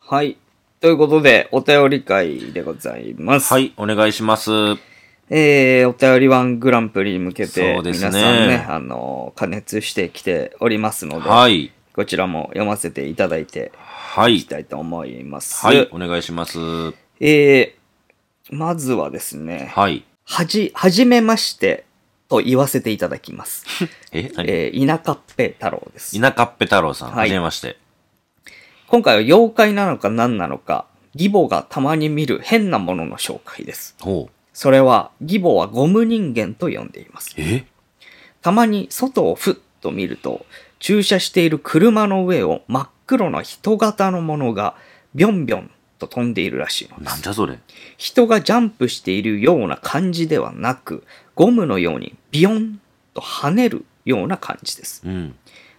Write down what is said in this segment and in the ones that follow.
はい。ということで、お便り会でございます。はい、お願いします。えー、お便りワングランプリに向けて、そう皆ですさねんね、あの、加熱してきておりますので、はい。こちらも読ませていただいてはいきい。たいと思います。はい、お願いします。えー、まずはですね、はい。はじ、はじめましてと言わせていただきます。え何えー、田舎っぺ太郎です。田舎っぺ太郎さん、はいはじめまして。今回は妖怪なのか何なのか、義母がたまに見る変なものの紹介です。ほう。それは、義母はゴム人間と呼んでいます。えたまに外をふっと見ると、駐車している車の上を真っ黒な人型のものが、ビョンビョンと飛んでいるらしいのでなんす。じゃそれ。人がジャンプしているような感じではなく、ゴムのようにビヨンと跳ねるような感じです。うん。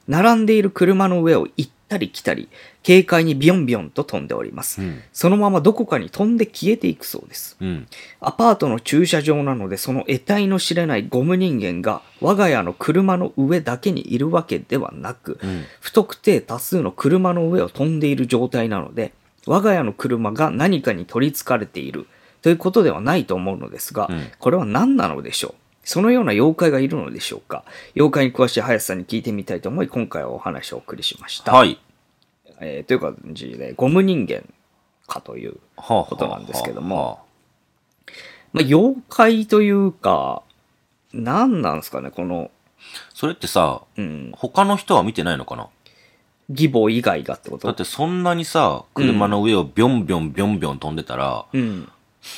並んでいる車の上を行ったり来たり、軽快にビヨンビヨンと飛んでおります。うん。そのままどこかに飛んで消えていくそうです。うん。アパートの駐車場なので、その得体の知れないゴム人間が我が家の車の上だけにいるわけではなく、うん。不特定多数の車の上を飛んでいる状態なので、我が家の車が何かに取り憑かれているということではないと思うのですが、うんこれは何なのでしょうそのような妖怪がいるのでしょうか妖怪に詳しい林さんに聞いてみたいと思い、今回はお話をお送りしました。はい。えーという感じで、ゴム人間かというはあことなんですけども。はあはあまあ、妖怪というか、何なんですかね、この、それってさ、うん、他の人は見てないのかな義母以外がってことだってそんなにさ、車の上をビョンビョンビョンビョン飛んでたら、うん。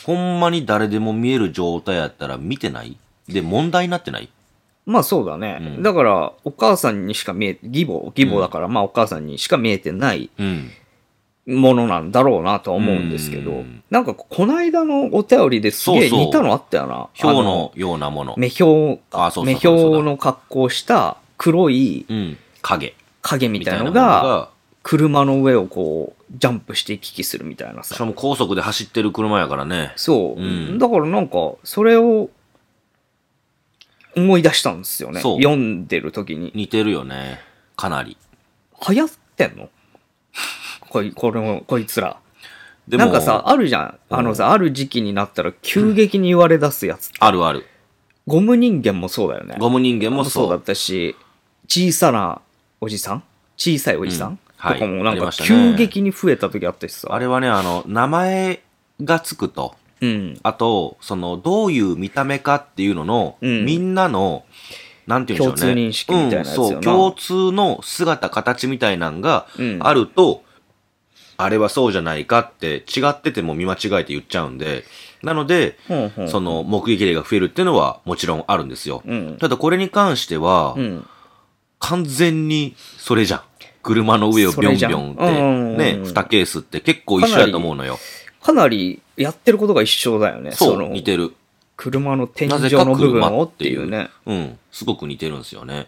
ほんまに誰でも見える状態やったら見てないで、問題になってないまあそうだね。うんだから、お母さんにしか見え、義母、義母だから、まあお母さんにしか見えてないうん。ものなんだろうなとは思うんですけど、うんなんかこないだのお便りですげえそうそう似たのあったよな。表あの、ようなもの。目標あそうそう目そうそう標の格好した黒いうん。影。影みみたたいいのなが、のが、車の上をこう、ジャンプして行き来するみたいなしさか。も高速で走ってる車やからね。そう、うんだからなんか、それを思い出したんですよね。そう読んでる時に。似てるよね。かなり。流行ってんのこいこれもこいつら。でなんかさ、、あるじゃん。うんあのさ、ある時期になったら急激に言われ出すやつ。あるある。ゴム人間もそうだよね。ゴム人間もそう。だったし、小さなおじさん小さいおじさん、うんはいとかもなあんりかましたね急激に増えた時あったしさ。あれはね、あの、名前がつくと、うん。あと、その、どういう見た目かっていうのの、うんみんなの、なんていうんでしょうね。共通認識みたいなやつよなうん、そう、共通の姿、形みたいなんがうんあると、あれはそうじゃないかって、違ってても見間違えて言っちゃうんで、なので、ほんほんその、目撃例が増えるっていうのはもちろんあるんですよ。うん。ただこれに関しては、うん。完全にそれじゃん。車の上をビョンビョンっそれじゃんうんうんうんて、ね、二ケースって結構一緒やと思うのよ。かなりやってることが一緒だよね。そのう、似てる。車の天井なぜかの部分車をっってていいううね。うん、すごく似てるんですよね。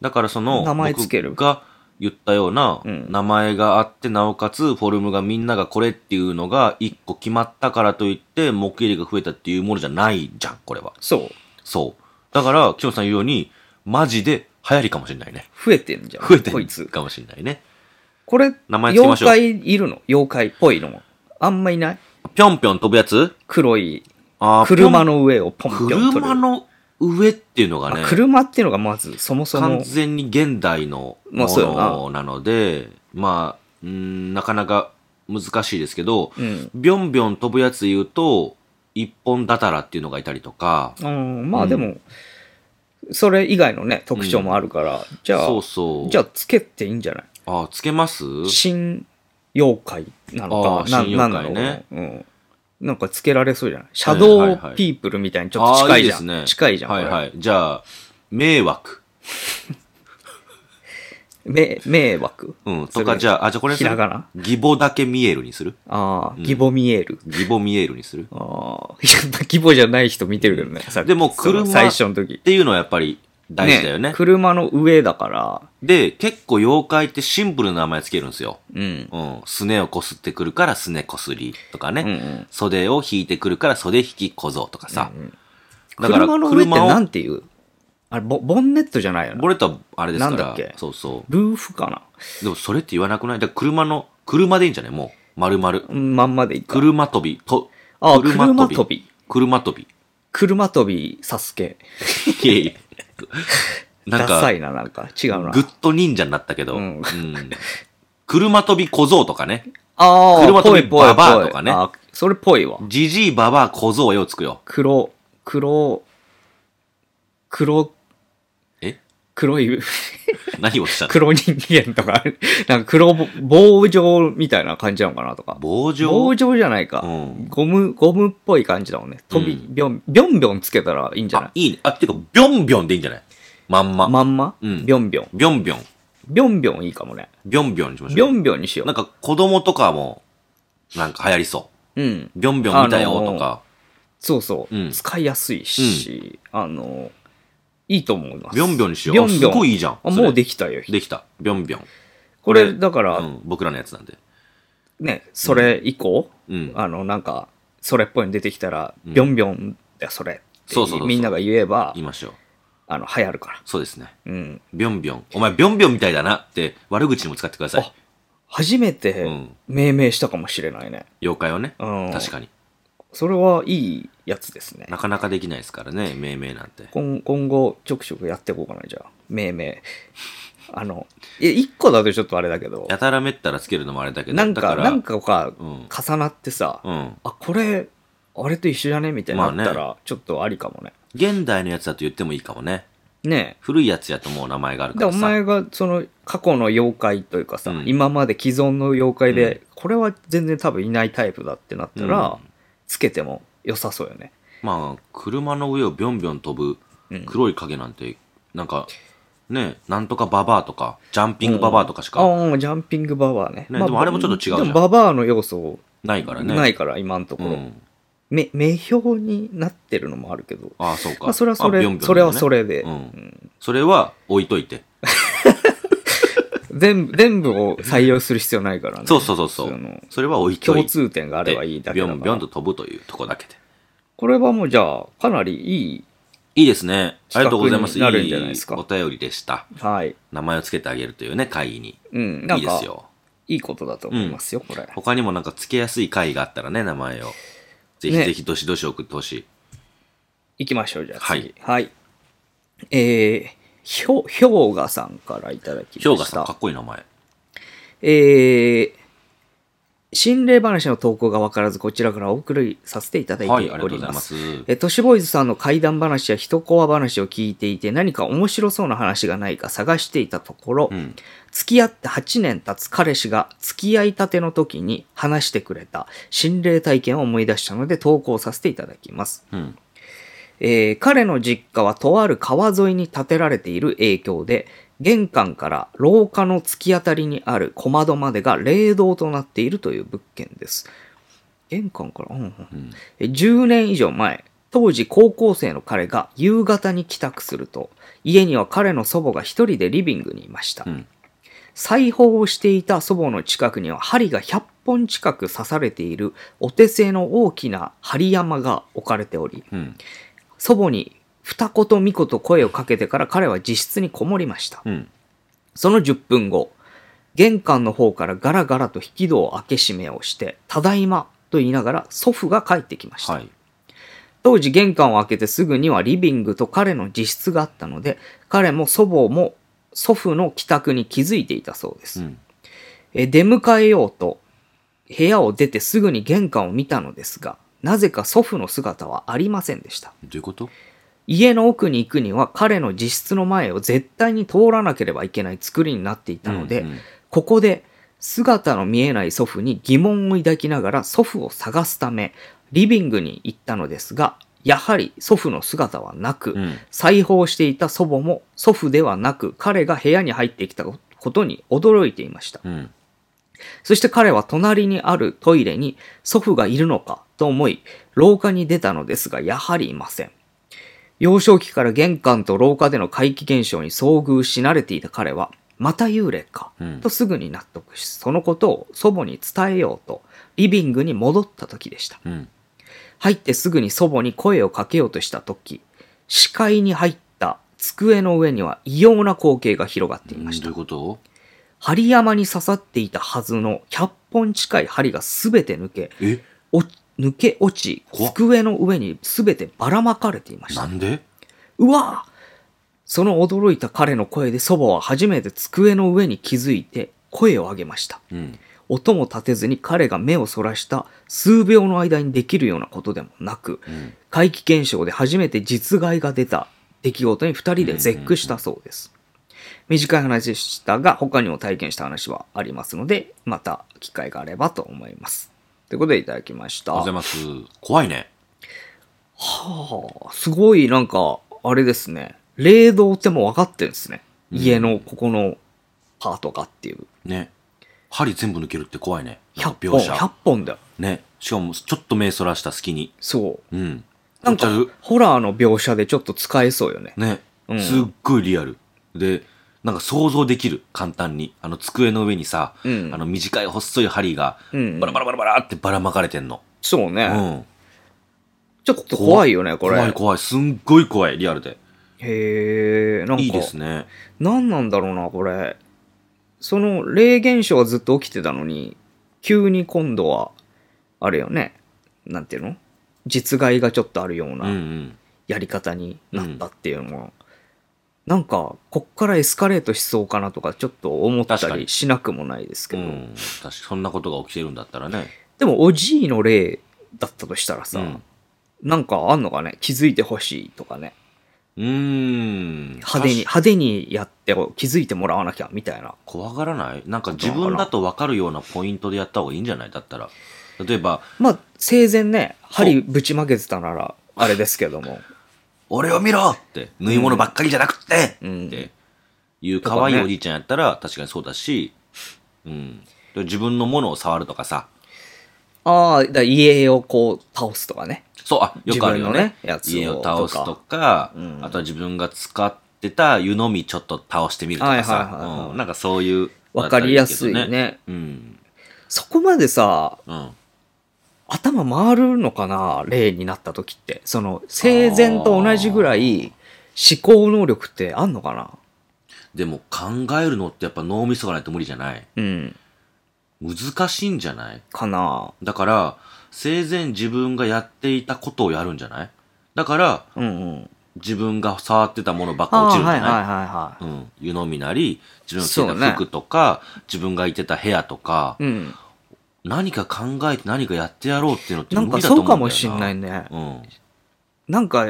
だからその、名前つける僕が言ったような、うん名前があって、なおかつ、フォルムがみんながこれっていうのが一個決まったからといって、目撃例が増えたっていうものじゃないじゃん、これは。そう。そう。だから、キヨさん言うように、マジで流行りかもしれないね。増えてんじゃん。増えてこいるつ。かもしれないね。これ、名前つけましょう妖怪いるの妖怪っぽいのも。あんまいないぴょんぴょん飛ぶやつ黒いあー車の上をポンピョン取る。車の上っていうのがねあ、車っていうのがまず、そもそ完も。全に現代のまもあそうやなのなので、まあ、うーん、なかなか難しいですけど、うん。ビョンビョン飛ぶやつ言うと、一本だたらっていうのがいたりとか、うん、まあうんでも、それ以外のね、特徴もあるから、じゃあ、そうそう。じゃあ、つけていいんじゃないあ、つけます新妖怪なのか、あーな新なんだ妖ろう怪ねね。うん。なんかつけられそうじゃないシャドはいはウいピープルみたいにちょっと近いじゃん。あーいいですね近いじゃん。はいい。はい。じゃあ、迷惑。め迷惑うん。それとか、じゃあ、あ、じゃあこれにするひらがな義母だけ見えるにするああ、義母見える。義母見えるにするっああ、い や、規模じゃない人見てるけどね。さっきでもその車最初の時。ていうのはやっぱり大事だよね車の上だから、で、結構妖怪ってシンプルな名前つけるんですよ。うん。うん。すねをこすってくるからすねこすりとかね。うんうん袖を引いてくるから袖引き小僧とかさ。だから車の上って車をなんていうあれボ、ボンネットじゃないよボな。レットはあれですかなら。んだっけそうそルーフかなう。でもそれって言わなくないだから車の、車でいいんじゃないもう。まるまる。うんまんまでいく。車跳び、と、あ、車跳。び。車跳び。車跳び、サスケ。いえいえなんダサか、いな、なんか。違うなぐ。っと忍者になったけど、ううんん車跳び小僧とかね。ああ、車跳びぽいぽいぽいババアとかねあそれぽいわ。じじいばばあ小僧よつくよ。黒、黒、黒、え黒い、 何をおっしゃった黒人間とか、 なんか黒ぼ棒状みたいな感じなのかなとか。棒状棒状じゃないか。うんゴム、ゴムっぽい感じだもんね。飛び、うんびょん、びょんびょんつけたらいいんじゃないあ、いいね。あ、てか、ビョンビョンでいいんじゃないまんま。まんまうんびょんびょん。ビョンビョン。びょんびょんいいかもね。ビョンビョンにしましびょょんびょんにしよ。う。なんか子供とかも、なんか流行りそううん。う。ビョンビョン見たよとか、そうそう。うん使いやすいし、あの、いいと思います。ビョンビョンにしよう。ビョンビョンすごいいいじゃん。あ、それもうできたよ。できた。ビョンビョン。これ、だから、うん、僕らのやつなんで。ね、それ以降、うん。あの、なんか、それっぽいの出てきたら、うんビョンビョンだよ、それ。そうそうそうそうみんなが言えば言、いましょう。あの、流行るかそうですね。ら。うん。ビョンビョン。お前、ビョンビョンみたいだなって、悪口にも使ってくださいあ。初めうてん、命名したかもしれないね。妖怪をね。うん。確かに。それはいいやつですね。なかなかできないですからね、命名なんて。今今後、ちょくちょくやっていこうかな、じゃあ。命名。あの、え、一個だとちょっとあれだけど、やたらめったらつけるのもあれだけど、なんだか、らなんかがうん。重なってさ、うん。あ、これ、あれと一緒じゃねみたいになったまら、ちょっとありかもね。現代のやつだと言ってもいいかもね。ね古いやつやともう名前があるえ。で、からおさ。前が、その、過去の妖怪というかさ、うん今まで既存の妖怪で、うこれは全然多分いないタイプだってなったら、うんつけても良さそうよね。まあ、車の上をビョンビョン飛ぶうん黒い影なんて、なんか、ね、なんとかババアとか、ジャンピングババアとかしあかあ、ジャンピングババアね。ねでもあれもちょっと違うじゃんでもババアの要素ないからね。ないから、今のとこうろ。ん。め名標になってるのもあるけど、ああ、そうか。まあ、それはそあれ、ビョンビョンだよそれはねそれで、うんんそれは置いといて。全部全部を採用する必要ないからねそうそうそうそあうの。それは置いとい共て。通点があればいいだけだビかョンビョンらと飛ぶというとこだけで。これはもうじゃあかなりいいいいですね。ありがとうございます。企画になるんじゃないですかいいお便りでした。はい名前をつけてあげるというね、会議に。うんないんいでかすよ。いいことだと思いますよ、これ他にもなんかつけやすい会があったらね、名前を。ぜひねぜひどしどし送ってほしい。行きましょうじゃあ次はい、えーひょ、ひょうがさんからいただきました。氷河さん、かっこいい名前。えー、心霊話の投稿がわからず、こちらからお送りさせていただいておはい、ありりがとうございま。ますす。えー、都市ボーイズさんの怪談話や一コア話を聞いていて、何か面白そうな話がないか探していたところ、うん。付き合って8年経つ彼氏が付き合いたての時に話してくれた心霊体験を思い出したので投稿させていただきます。うん。えー彼の実家はとある川沿いに建てられている影響で、玄関から廊下の突き当たりにある小窓までが霊道となっているという物件です。玄関から、うんうんうん。え10年以上前、当時高校生の彼が夕方に帰宅すると、家には彼の祖母が一人でリビングにいましたう。ん。裁縫をしていた祖母の近くには針が100本近く刺されているお手製の大きな針山が置かれており、うん。祖母に二言三言と声をかけてから彼は自室にこもりました。うん。その10分後、玄関の方からガラガラと引き戸を開け閉めをして、ただいまと言いながら祖父が帰ってきました。はい。当時玄関を開けてすぐにはリビングと彼の自室があったので、彼も祖母も祖父の帰宅に気づいていたそうですう。ん。えー出迎えようと部屋を出てすぐに玄関を見たのですが、なぜか祖父の姿はありませんでした。どういうこと家の奥に行くには彼の自室の前を絶対に通らなければいけない作りになっていたので、うんうんここで姿の見えない祖父に疑問を抱きながら祖父を探すためリビングに行ったのですが、やはり祖父の姿はなく、うん。裁縫していた祖母も祖父ではなく彼が部屋に入ってきたことに驚いていました。うん。そして彼は隣にあるトイレに祖父がいるのかと思い、廊下に出たのですが、やはりいません。幼少期から玄関と廊下での怪奇現象に遭遇し慣れていた彼は、また幽霊かうん、とすぐに納得し、そのことを祖母に伝えようと、リビングに戻った時でした。うん。入ってすぐに祖母に声をかけようとした時、視界に入った机の上には異様な光景が広がっていましどうたいう。こと針山に刺さっていたはずの100本近い針がすべて抜け、えお抜け落ち、怖っ机の上にすべてばらまかれていましなた。んでうわぁその驚いた彼の声で祖母は初めて机の上に気づいて声を上げました。うん。音も立てずに彼が目をそらした数秒の間にできるようなことでもなく、うん。怪奇現象で初めて実害が出た出来事に二人で絶句したそうです。短い話でしたが、他にも体験した話はありますので、また機会があればと思います。ということでいただきました。おはようございます。怖いね。はあ、すごいなんか、あれですね。霊道ってもう分かってるんですね。うん家のここのパートがっていう。ね。針全部抜けるって怖いね。なんか100描本、写。 100本だよ。ね。しかも、ちょっと目そらした隙に。そう。うん。なんかちょっと、ホラーの描写でちょっと使えそうよね。ね、うんすっごいリアル。で、なんか想像できる、簡単に。あの机の上にさ、うんあの短い細い針が、うんバラバラバラバラってばらまかれてんの。そううね。ん。ちょっと怖いよね、これ。怖い怖い、すんごい怖い、リアルで。へえ、なんか、いいですね。何なんだろうな、これ。その、霊現象はずっと起きてたのに、急に今度は、あれよね、なんていうの実害がちょっとあるよううんう。なんやり方になったっていうのは、なんか、こっからエスカレートしそうかなとか、ちょっと思った確かりにしなくもないですうけど、ん。確かそんなことが起きてるんだったらね。でも、おじいの霊だったとしたらさ、うんなんかあんのかね気づいてほしいとかね。うーん。派手に、確か。派手にやって気づいてもらわなきゃみたいな。怖がらないなんか自怖がら分ないだと分かるようなポイントでやった方がいいんじゃないだったら。例えば、まあ、生前ね、針ぶちまけてたなら、あれですけども。俺を見ろって、縫い物ばっかりじゃなくって、うんっていう可愛とかいねおじいちゃんやったら確かにそうだし、うん。で自分のものを触るとかさ、 ああ、だから家をこう倒すとかね。そう、あ、よくあるよね。自分のねやつを家を倒すととか、うんあとは自分が使ってた湯飲みちょっと倒してみるとかはいはいはいはさい、うんなんかそういう。わかりやすいね。。うん。そこまでさ、うん。頭回るのかな例になった時って。その、生前と同じぐらい思考能力ってあんのかなでも考えるのってやっぱ脳みそがないと無理じゃないうん。難しいんじゃないかなだから、生前自分がやっていたことをやるんじゃないだから、うんうん。自分が触ってたものばっかあ落あちー、るんじはいゃはいない、はいはい。うん。湯飲みなり、自分が着そうてねた服とか、自分がいてた部屋とか、うん。何か考えて何かやってやろうっていうのってな無理んかだとそう思うんだかよな。もしんないね。うん。なんか、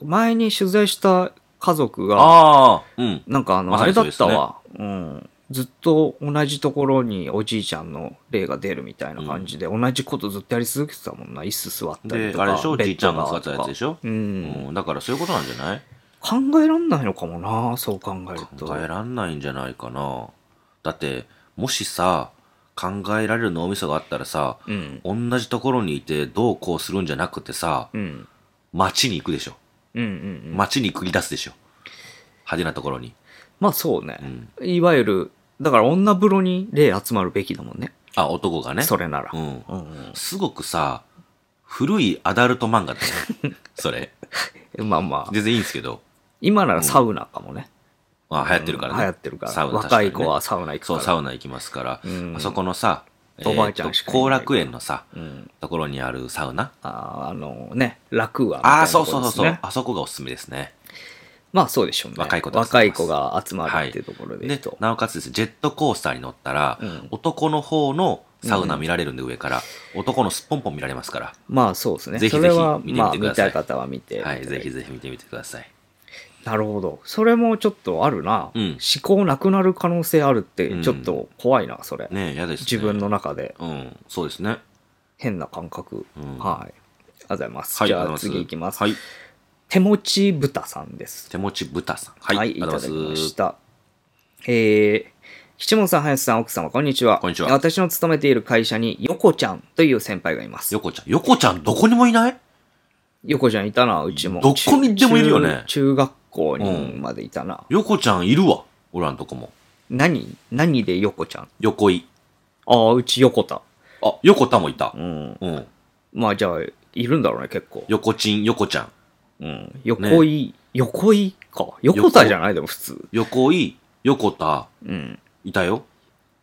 前に取材した家族が、ああ、うん。なんかあの、まあされにだそうっですたねわ、うん。ずっと同じところにおじいちゃんの霊が出るみたいな感じで、同じことずっとやり続けてたもんな。椅子座ったりでと、か。あれでしょベじいッちゃドんが使ってとたやかつでしょう。うんだからそういうことなんじゃない考えらんないのかもな、そう考えると。考えらんないんじゃないかな。だって、もしさ、考えられる脳みそがあったらさ、うん。同じところにいてどうこうするんじゃなくてさ、うん。街に行くでしょ。うんうんうん。街に繰り出すでしょ。派手なところに。まあそううね。ん。いわゆる、だから女風呂に霊集まるべきだもんね。あ、男がね。それなら。うん。うんすごくさ、古いアダルト漫画だ ね。それ。うん。まあまあ。全然いいんですけど。今ならサウナかもね。まあ流行ってるからね。流行ってるから。サウナ確か若にいね子はサウナ行くかそら。う、サウナ行きますから。うんあそこのさ、おばあちゃんえーとしかいない後楽園のさ、うん。ところにあるサウナ。あーあのね、楽は、ああ、そうそうそうそう、ね。あそこがおすすめですね。まあそうでしょうね。若い子たち若い子が集まるっていうところで言でうと。、なおかつですねジェットコースターに乗ったら、うん男の方のサウナ見られるんで上から、男のすっぽんぽん見られますから。まあそうですね。ぜひぜひそれは、見てみてまあくだ見さいたい方は見て。はい、ぜひぜひ見てみてください。なるほど。それもちょっとあるな。うん思考なくなる可能性あるってう、んちょっと怖いな、それ。ねえ、嫌ですね。自分。の中でうん、そうですね。変な感覚。うんはい。ありがとうございます。はいじりがとゃうあござ次いきます。はい。手持ち豚さんです。手持ち豚さん。はは、いい、あい、りたがだときうございまましす。た。えー、吉本さん、林さん、奥様、こんにちは。こんにちは私の勤めている会社に、横ちゃんという先輩がいます。横ちゃん。横ちゃん、どこにもいない横ちゃんいたな、うちも。どこにでもいるよ中ね中学校うにんまでいたな。横ちゃんいるわ。俺らのとこも。何何で横ちゃん横井。ああ、うち横田。あ、横田もいたう。ん。うん。まあじゃあ、いるんだろうね、結構。横ちん、横ちゃん。うん。横井、横井か。横田じゃないでも普通。横井、横田、うん。いたよ。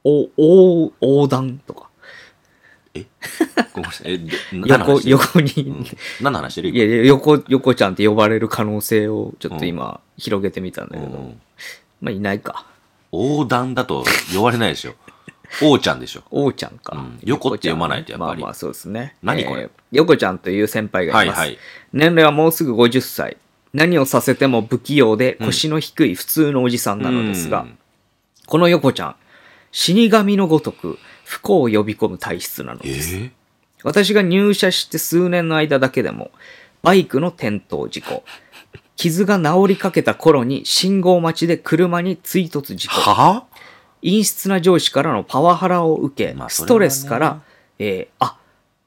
お、お、横断とか。ごめんなさい。え、で何横、の話してる横うんに、何の話してるいやいや、横、横ちゃんって呼ばれる可能性をちょっと今、広げてみたんだ今けど、うんまあいないか。横断だと呼ばれないでしょ。王ちゃんでしょ。おうちゃんか。うん横って読まないとやっぱりまあまあそうですね。何これえー横ちゃんという先輩がはいいます。はい。年齢はもうすぐ50歳。何をさせても不器用で腰の低い普通のおじさんなのですが、うんこの横ちゃん、死神のごとく不幸を呼び込む体質なのえです。ー私が入社して数年の間だけでも、バイクの転倒事故、傷が治りかけた頃に信号待ちで車に追突事故、は陰湿な上司からのパワハラを受け、まあスそれはトねレスから、えーあ、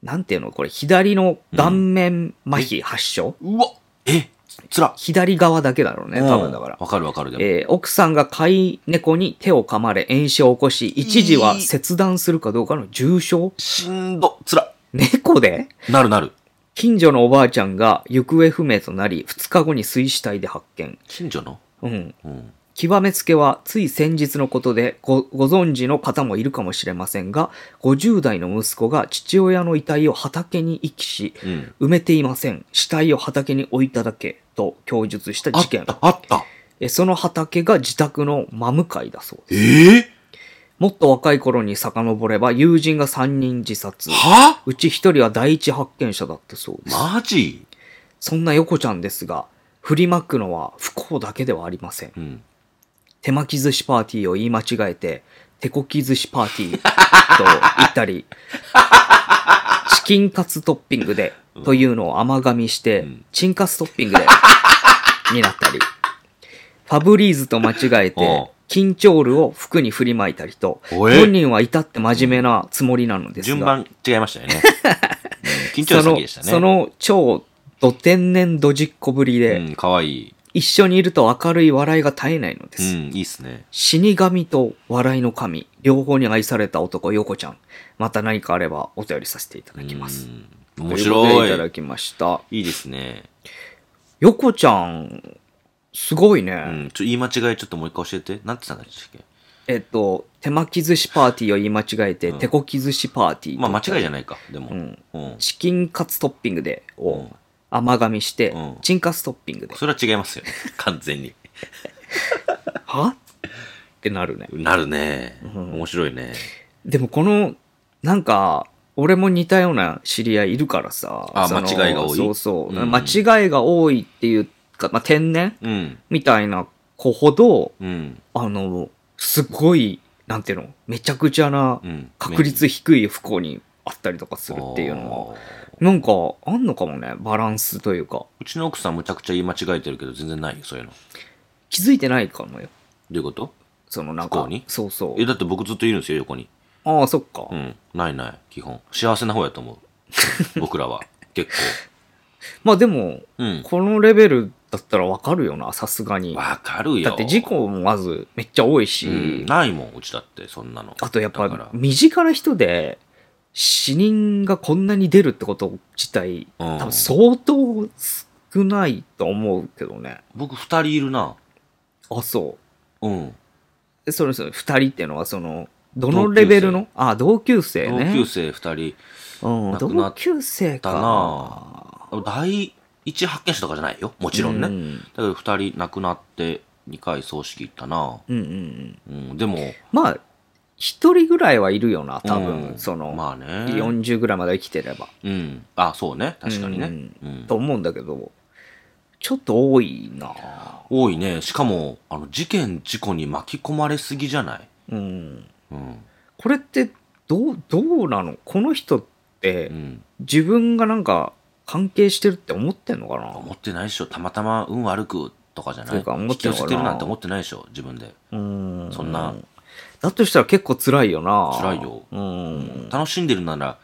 なんていうのこれ、左の顔面麻痺発症、うわえつら左側だけだろうね、多分だからうん。わかるわかるでも。えー奥さんが飼い猫に手を噛まれ炎症を起こし、一時はいい切断するかどうかの重傷しんど、つら猫でなるなる。近所のおばあちゃんが行方不明となり、2日後に水死体で発見。近所のうん。うん。極めつけは、つい先日のことでご、ご存知の方もいるかもしれませんが、50代の息子が父親の遺体を畑に遺棄し、うん。埋めていません。死体を畑に置いただけ、と供述したあ事っ件。た、あった。えその畑が自宅の真向かいだそうですええもっと若い頃に遡れば友人が3人自殺。はうち1人は第一発見者だったそうです。マジそんな横ちゃんですが、振りまくのは不幸だけではありません。うん。手巻き寿司パーティーを言い間違えて、手こき寿司パーティーと言った り、チキンカツトッピングでというのを甘噛みして、うんチンカツトッピングでになったり、ファブリーズと間違えおて、緊張ルを服に振りまいたりと、おえ本人は至って真面目なつもりなのですが、順番違いましたよね。 うん緊張先でしたね。そのその超ど天然どじっこぶりで、うん、かわいい。一緒にいると明るい笑いが絶えないのでうん、す。いいっすね。死神と笑いの神、両方に愛された男、横ちゃん。また何かあればお便りさせていただきます。うん。面とうことでいた白だい。きました。いいですね。横ちゃん、すごいうね。ん、ちょ、言い間違いちょっともう一回教えて。なんて言ったんだっけえっと、手巻き寿司パーティーを言い間違えて、うん手こき寿司パーティー。まあ間違いじゃい。ないか、でも。うん。うん。チキンカツトッピングで、うをん甘噛みして、うんチンカツトッピングで、それは違いますよ。 完全に。はってなるね。なるね。ん面白いね。でもこの、なんか、俺も似たような知り合いいるからさ。あその間違いが多いそうそう。うん間違いが多いっていうか、まあ、天然うん。みたいな子ほど、うん。あの、すごい、なんていうの、めちゃくちゃなうん。確率低い不幸にあったりとかするっていうのは、は。なんか、あんのかもね、バランスというか。うちの奥さんむちゃくちゃ言い間違えてるけど、全然ないよ、そういうの。ど気づいてないかもよ。ういうことそのなんか、不幸にそうそえ、う。だって僕ずっといるんですよ、横に。ああ、そっか。うん。ないない、基本。幸せな方やと思う。 僕らは。結まあでも、構。うん。このレベルだったらわかるよな、さすがに。わかるよ。だって事故もまずめっちゃ多いし、うんないもん、うちだって、そんなの。あとやっだかぱら身近な人で死人がこんなに出るってこと自体、うん多分相当少ないと思うけどね。僕二人いるな。あ、そう。うん。でそれそれ二人っていうのはその、どのレベルのあ、同級生同ね。級生二人。うん、亡くな同っ級生か。たな第一発見者とかじゃないよ。もちろんね。うんだけど二人亡くなって、二回葬式行ったな。うんうんうん。うん。でも、まあ、一人ぐらいはいるよな、多分。うんその、まあね。 40ぐらいまで生きてれば。うん。あ、そうね。確かにね。ううんん。と思うんだけど、ちょっと多いな多いね。しかも、あの、事件、事故に巻き込まれすぎじゃないうん。うん。これって、どう、どうなのこの人っうて、ん。自分がなんか関係してるって思ってんのかな思ってないでしょ。たまたま運悪くとかじゃないそうか思ってんのか引きな寄せてるなんて思ってないでしょ。自分で。うん。そんな。だとしたら結構辛いよな辛いようん。楽しんでるなら、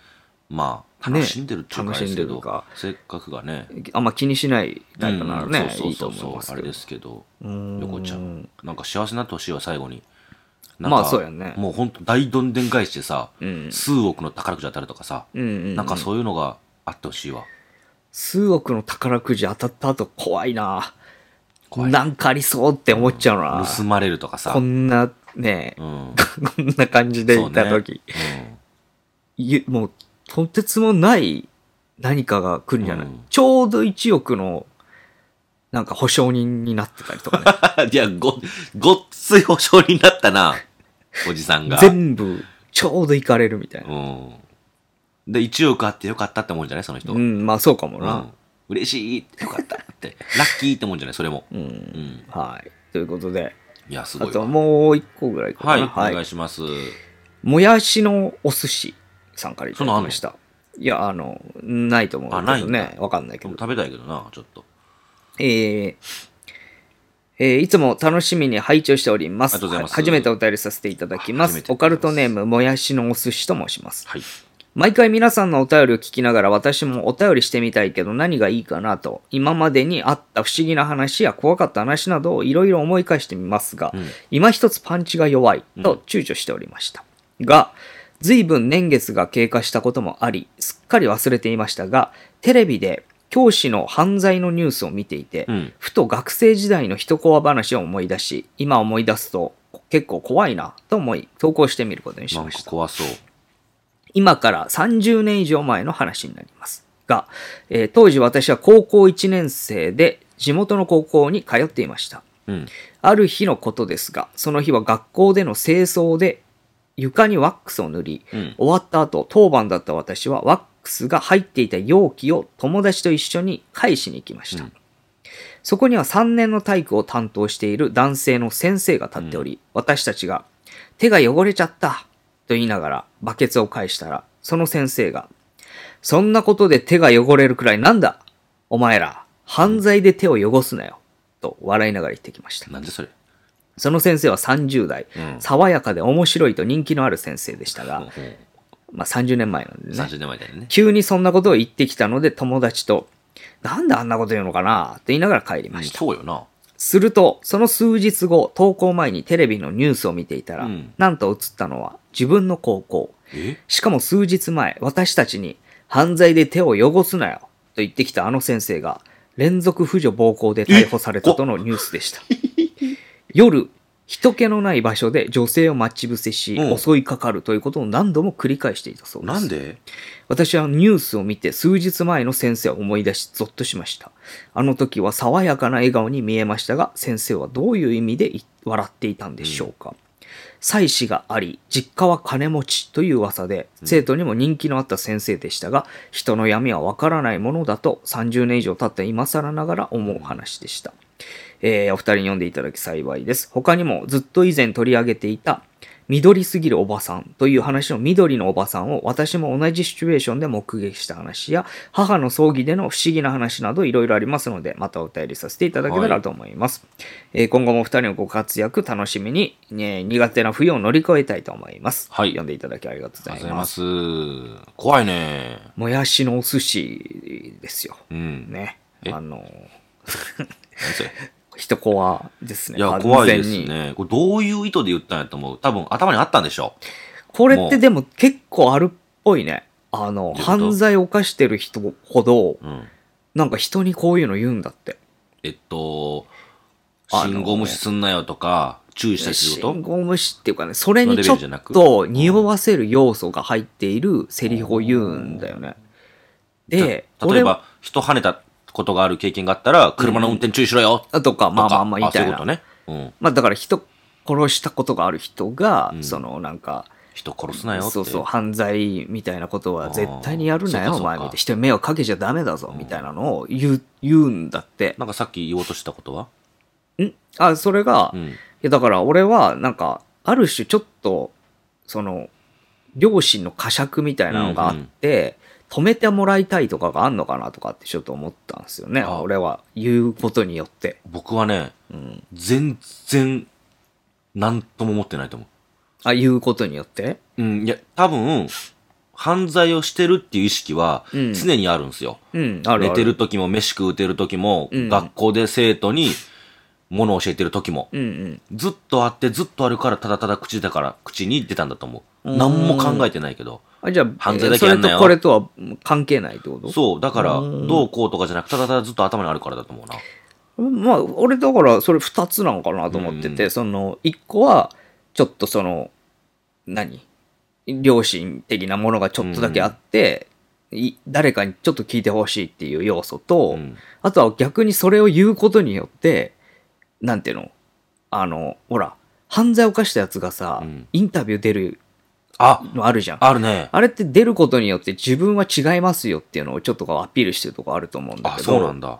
まあ、ね楽しんでるっていうかあれですけ楽しんど、でるかせっかくがね。あんま気にしないタイプならうんね、そういいとそうそ思いうそうま。すあけれどで。すけど、うん横ちゃん。なんか幸せになってほしいわ、最後に。なんかまあそうやね。もうほんと大どんでん返しでさ、うん。数億の宝くじ当たるとかさ、うんうん。なんかう。そういうのがあってほしいわ。数億の宝くじ当たった後怖いな怖いなんかありそうって思っちゃうな、盗まれるとかさこ、んなねえ、うん。こんな感じでいた時、うんゆもう、とてつもない何かが来るんじゃない、うんちょうど1億の、なんか保証人になってたりとかじゃあ、ご、ごっつい保証になっ たな。おじさんね。 が。全部、ちょうど行かれるみたいな。うん。で、1億あってよかったって思うんじゃないその人。ううんん、まあそうかもな。嬉しいよかったって。 ラッキーって思うんじゃないそれも。うん。うん。はい。ということで、いや、すあごいとわ。もう一個ぐらいかはい、な。お願いします。もやしのお寿司さんからいただきました。いや、あの、ないと思うあないけんどだね。わかんないけど。食べたいけどな、ちょっと。えーえーいつも楽しみに拝聴しております。ありがとうございますは初めてお便りさせていただきま初めすて。でござオカいますルトネーム、もやしのお寿司と申します。はい。毎回皆さんのお便りを聞きながら私もお便りしてみたいけど何がいいかなと、今までにあった不思議な話や怖かった話などをいろいろ思い返してみますが、うん今一つパンチが弱いと躊躇しておりました。が、随分年月が経過したこともあり、すっかり忘れていましたが、テレビで教師の犯罪のニュースを見ていて、うん。ふと学生時代の一コア話を思い出し、今思い出すと結構怖いなと思い、投稿してみることにしなんましかた。怖そう。今から30年以上前の話になりますが、えー当時私は高校1年生で地元の高校に通っていました。うん。ある日のことですが、その日は学校での清掃で床にワックスを塗り、うん。終わった後、当番だった私はワックスが入っていた容器を友達と一緒に返しに行きました。うんそこには3年の体育を担当している男性の先生が立っており、私たちが、手が汚れちゃったと言いながらバケツを返したら、その先生が、そんなことで手が汚れるくらいなんだお前ら、犯罪で手を汚すなよ。と笑いながら言ってきました。なんでそれ。その先生は30代、うん爽やかで面白いと人気のある先生でしたが、 30まあ30年前なんでね。年前だよね。急にそんなことを言ってきたので友達と、なんであんなこと言うのかなって言いながら帰りうまんした。そうよな。すると、その数日後、投稿前にテレビのニュースを見ていたら、うんなんと映ったのは自分の高校。えしかも数日前、私たちに犯罪で手を汚すなよと言ってきたあの先生が連続婦女暴行で逮捕されたとのニュースでした。 夜、人気のない場所で女性を待ち伏せし、うん襲いかかるということを何度も繰り返していたそうです。なんで私はニュースを見て数日前の先生を思い出しゾッとしました。あの時は爽やかな笑顔に見えましたが、先生はどういう意味でい笑っていたんでしょうか。妻子があり、実家は金持ちという噂で、生徒にも人気のあった先生でしたが、人の闇はわからないものだと30年以上経った今更ながら思う話でした。えーお二人に読んでいただき幸いです。他にもずっと以前取り上げていた、緑すぎるおばさんという話の緑のおばさんを私も同じシチュエーションで目撃した話や、母の葬儀での不思議な話などいろいろありますので、またお便りさせていただけたらと思います。えー今後もお二人のご活躍楽しみに、ね、苦手な冬を乗り越えたいと思います。はい読んでいただきありがとうごあざいりがとうごます。ざいます。怖いね。もやしのお寿司ですよ。うん。ね。えあの、何それ 人コアですね。いや、完全に怖いですね。これどういう意図で言ったんやと思う多分頭にあったんでしょこれってでも結構あるっぽいね。あの、どういうこと犯罪を犯してる人ほど、うん。なんか人にこういうの言うんだって。えっと、あの信号無視すんなよとか、注意したりするこ信と号無視っていうかね、それにちそょのっレベルじゃなくと匂わせる要素が入っているセリフを言うんだよね。で、た例え俺ば、人跳ねたことがある経験があったら、車の運転注意しろよは、とか、とかまあまあまあ、みたいな。そういうことね。うん。まあだから人殺したことがある人が、うんそのなんか、人殺すなよって。そうそう、犯罪みたいなことは絶対にやるなあーよ、そうかそうおか前みたいな。人に迷惑かけちゃダメだぞ、みたいなのを言う言うんだって。なんかさっき言おうとしたことはんあ、それが、ういん。やだから俺は、なんか、ある種ちょっと、その、両親の呵責みたいなのがあって、止めてもらいたいとかがあんのかなとかってちょっと思ったんですよね。あ俺は言うことによって。僕はね、うん。全然、なんとも思ってないと思あ、言うことによってう。うん。いや、多分、犯罪をしてるっていう意識は、うん常にあるんですよ。うん、あるある。寝てる時も飯食うてる時も、うん学校で生徒に物を教えてる時も、うんうん。ずっとあってずっとあるからただただ口だから口に出たんだと思ううん何も考えてないけどあ、じゃあ、犯罪だけやんなよそれとこれとは関係ないってことそうだからうんどうこうとかじゃなくただただずっと頭にあるからだと思うなまあ、俺だからそれ二つなんかなと思ってて、うその一個はちょっとその、何良心的なものがちょっとだけあって、い誰かにちょっと聞いてほしいっていう要素と、うんあとは逆にそれを言うことによって、なんていうのあの、ほら、犯罪を犯したやつがさ、うんインタビュー出るあ、のあるじゃん。あるね。あれって出ることによって自分は違いますよっていうのをちょっとこうアピールしてるとこあると思うんだあ、けど。そうなんだ。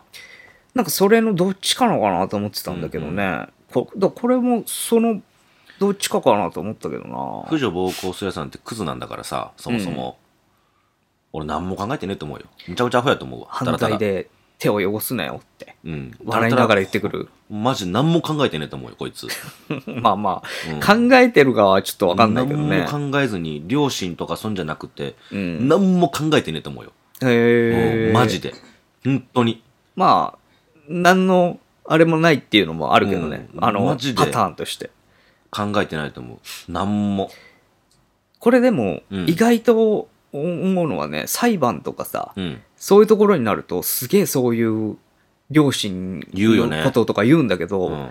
なんかそれのどっちかなのかなと思ってたんだけどね。こだこれもそのどっちかかなと思ったけどな。婦女暴行するやつなんてクズなんだからさ、そもそも。俺何も考えてねえと思うよ。むちゃくちゃアホやと思うわ。犯たら罪たら。で手を汚すなよってうん。笑いながら言たってくる。 たらマジ何も考えてねえと思うよ、こいつ。まあまうんあ、考えてる側はちょっとわかんないけどね。何も考えずに、両親とかそんじゃなくて、うん、何も考えてねえと思うよ。へうんえ。マジで。本当に。まあ、何のあれもないっていうのもあるけどね。うんあの、マパジでターンとして。考えてないと思う。なんも。これでも、うん意外と思うのはね、裁判とかさ、うん。そういうところになると、すげえそういう両親言うよねのこととか言うんだけど、うん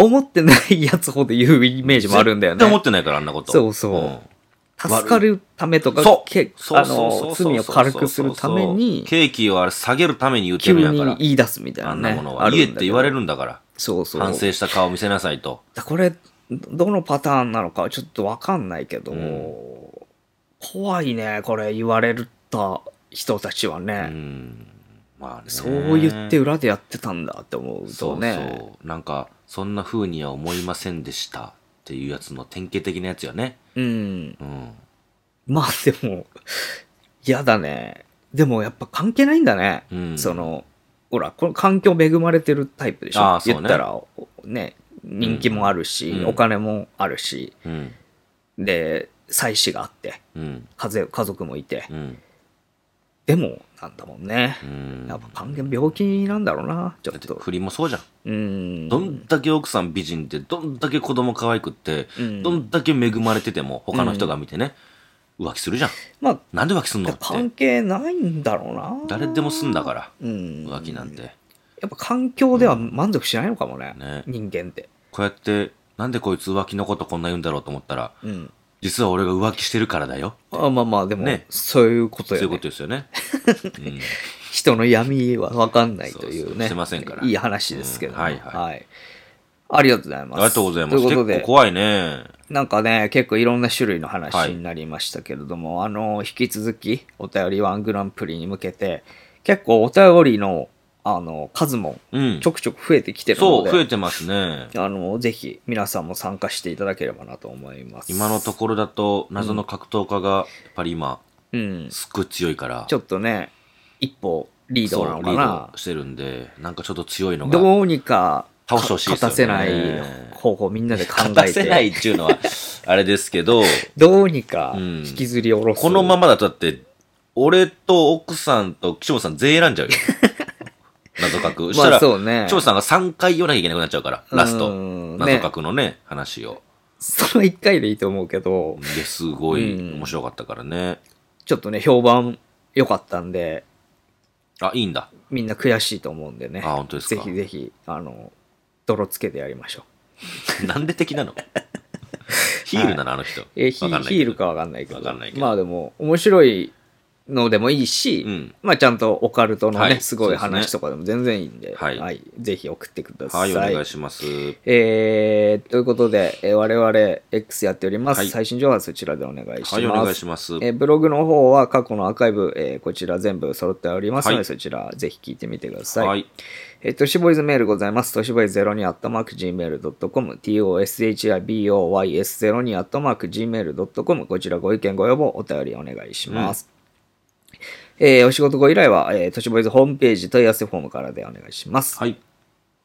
思ってないやつほど言うイメージもあるんだよね絶対。思ってないから、あんなこと。そうそう助かるためとか、そうけそうあそうそうの、そう罪を軽くするために、ケーキをあれ下げるために言って急るんやからに。言い出すみたいあなんなねもの。あは。るん言だえけっどて言われるんだから。そうそう。反省した顔見せなさいと。だこれ、どのパターンなのかはちょっとわかんないけど、うん怖いね、これ言われた人たちはうね。ん。まあね。そう言って裏でやってたんだって思うそとうね。そう。なんか、そんな風には思いませんでしたっていうやつの典型的なやつよね。うん。うん。まあでも、嫌だね。でもやっぱ関係ないんだね。うんその、ほら、この環境恵まれてるタイプでしょ。ああそうね言ったら、おね、人気もあるし、うんお金もあるし、うん。で、妻子があって、うん。家族家族もいて、うん。でも、なんだもんね。うん。やっぱ還元病気なんだろうな、ちょっだってと。不倫もそうじゃん。うん。どんだけ奥さん美人で、どんだけ子供可愛くって、うんどんだけ恵まれてても、他の人が見てね、浮気するじゃん。まあ、なんで浮気すんのって。関係ないんだろうな。誰でもすんだから、うん。浮気なんて。やっぱ環境では満足しないのかもね。ね人間って。こうやって、なんでこいつ浮気のことこんな言うんだろうと思ったら、うん。実は俺が浮気してるからだよ。あまあまあ、でも、ねそういうことそうよ、いね。うことです よね。うん人の闇は分かんないというね。そうそうすいませんからいい話ですけど、うんはいはいありがとうございます。ありがとうございます。という結こと構で、怖いね。なんかね、結構いろんな種類のは話いになりましたけれども、あの、引き続き、お便りワングランプリに向けて、結構お便りの、あの、数もうんち。ょくちょく増えてきてるのそで、う、増えてますね。あの、ぜひ皆さんも参加していただければなと思います。今のところだと、謎の格闘家が、やっぱり今、うん。すっごい強いから。ちょっとね、一歩リードなそうのリかーなド。してるんで、なんかちょっと強いのが。どうにか、倒してほしいですよ勝ねたせない方法みんなで考えて。 勝たせないっていうのは、あれです けど、どうにかうん引きずり下ろす。このままだとだって、俺と奥さんと岸本さん全員選んじゃ うよ。謎角。そしたまあら、そうね。岸本さんが3回言わなきゃいけなくなっちゃうから、ラスト。うん謎角のね、話を。その一回でいいと思うけどで、、すごいうん面白かったからね。ちょっとね、評判良かったんで、あ、いいんだ。みんな悔しいと思うんでね。あ、本当ですぜかひ。ぜひ、あの、泥つけてやりましょう。 なんで的 なのヒールなの、あの人。えーヒわかんないけどヒールかわかんないけど。わかんないけどまあでも、面白いのでもいいし、うんまあちゃんとオカルトのね、はいすごいそうですね話とかでも全然いいんで、はいぜひ送ってくださ。はいい、お願いします。えーということで、えー我々 X やっております。はい最新情報はそちらでお願いします。はい、お願いします。えーブログの方は過去のアーカイブ、えーこちら全部揃っておりますので、はいそちらぜひ聞いてみてください。はい。えー、トシボーイズメールございます。トシボーイズ02アットマーク Gmail.com、toshiboys02 アットマーク Gmail.com、こちらご意見ご要望お便りお願いします。えーお仕事ご依頼は、えー、トシボーイズホームページ問い合わせフォームからでお願いします。はい。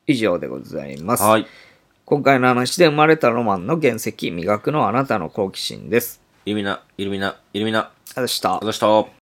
以上でございます。はい。今回の話で生まれたロマンの原石、磨くのはあなたの好奇心です。イルミナ、イルミナ、イルミナ。ありがとうございましたありがとうございました。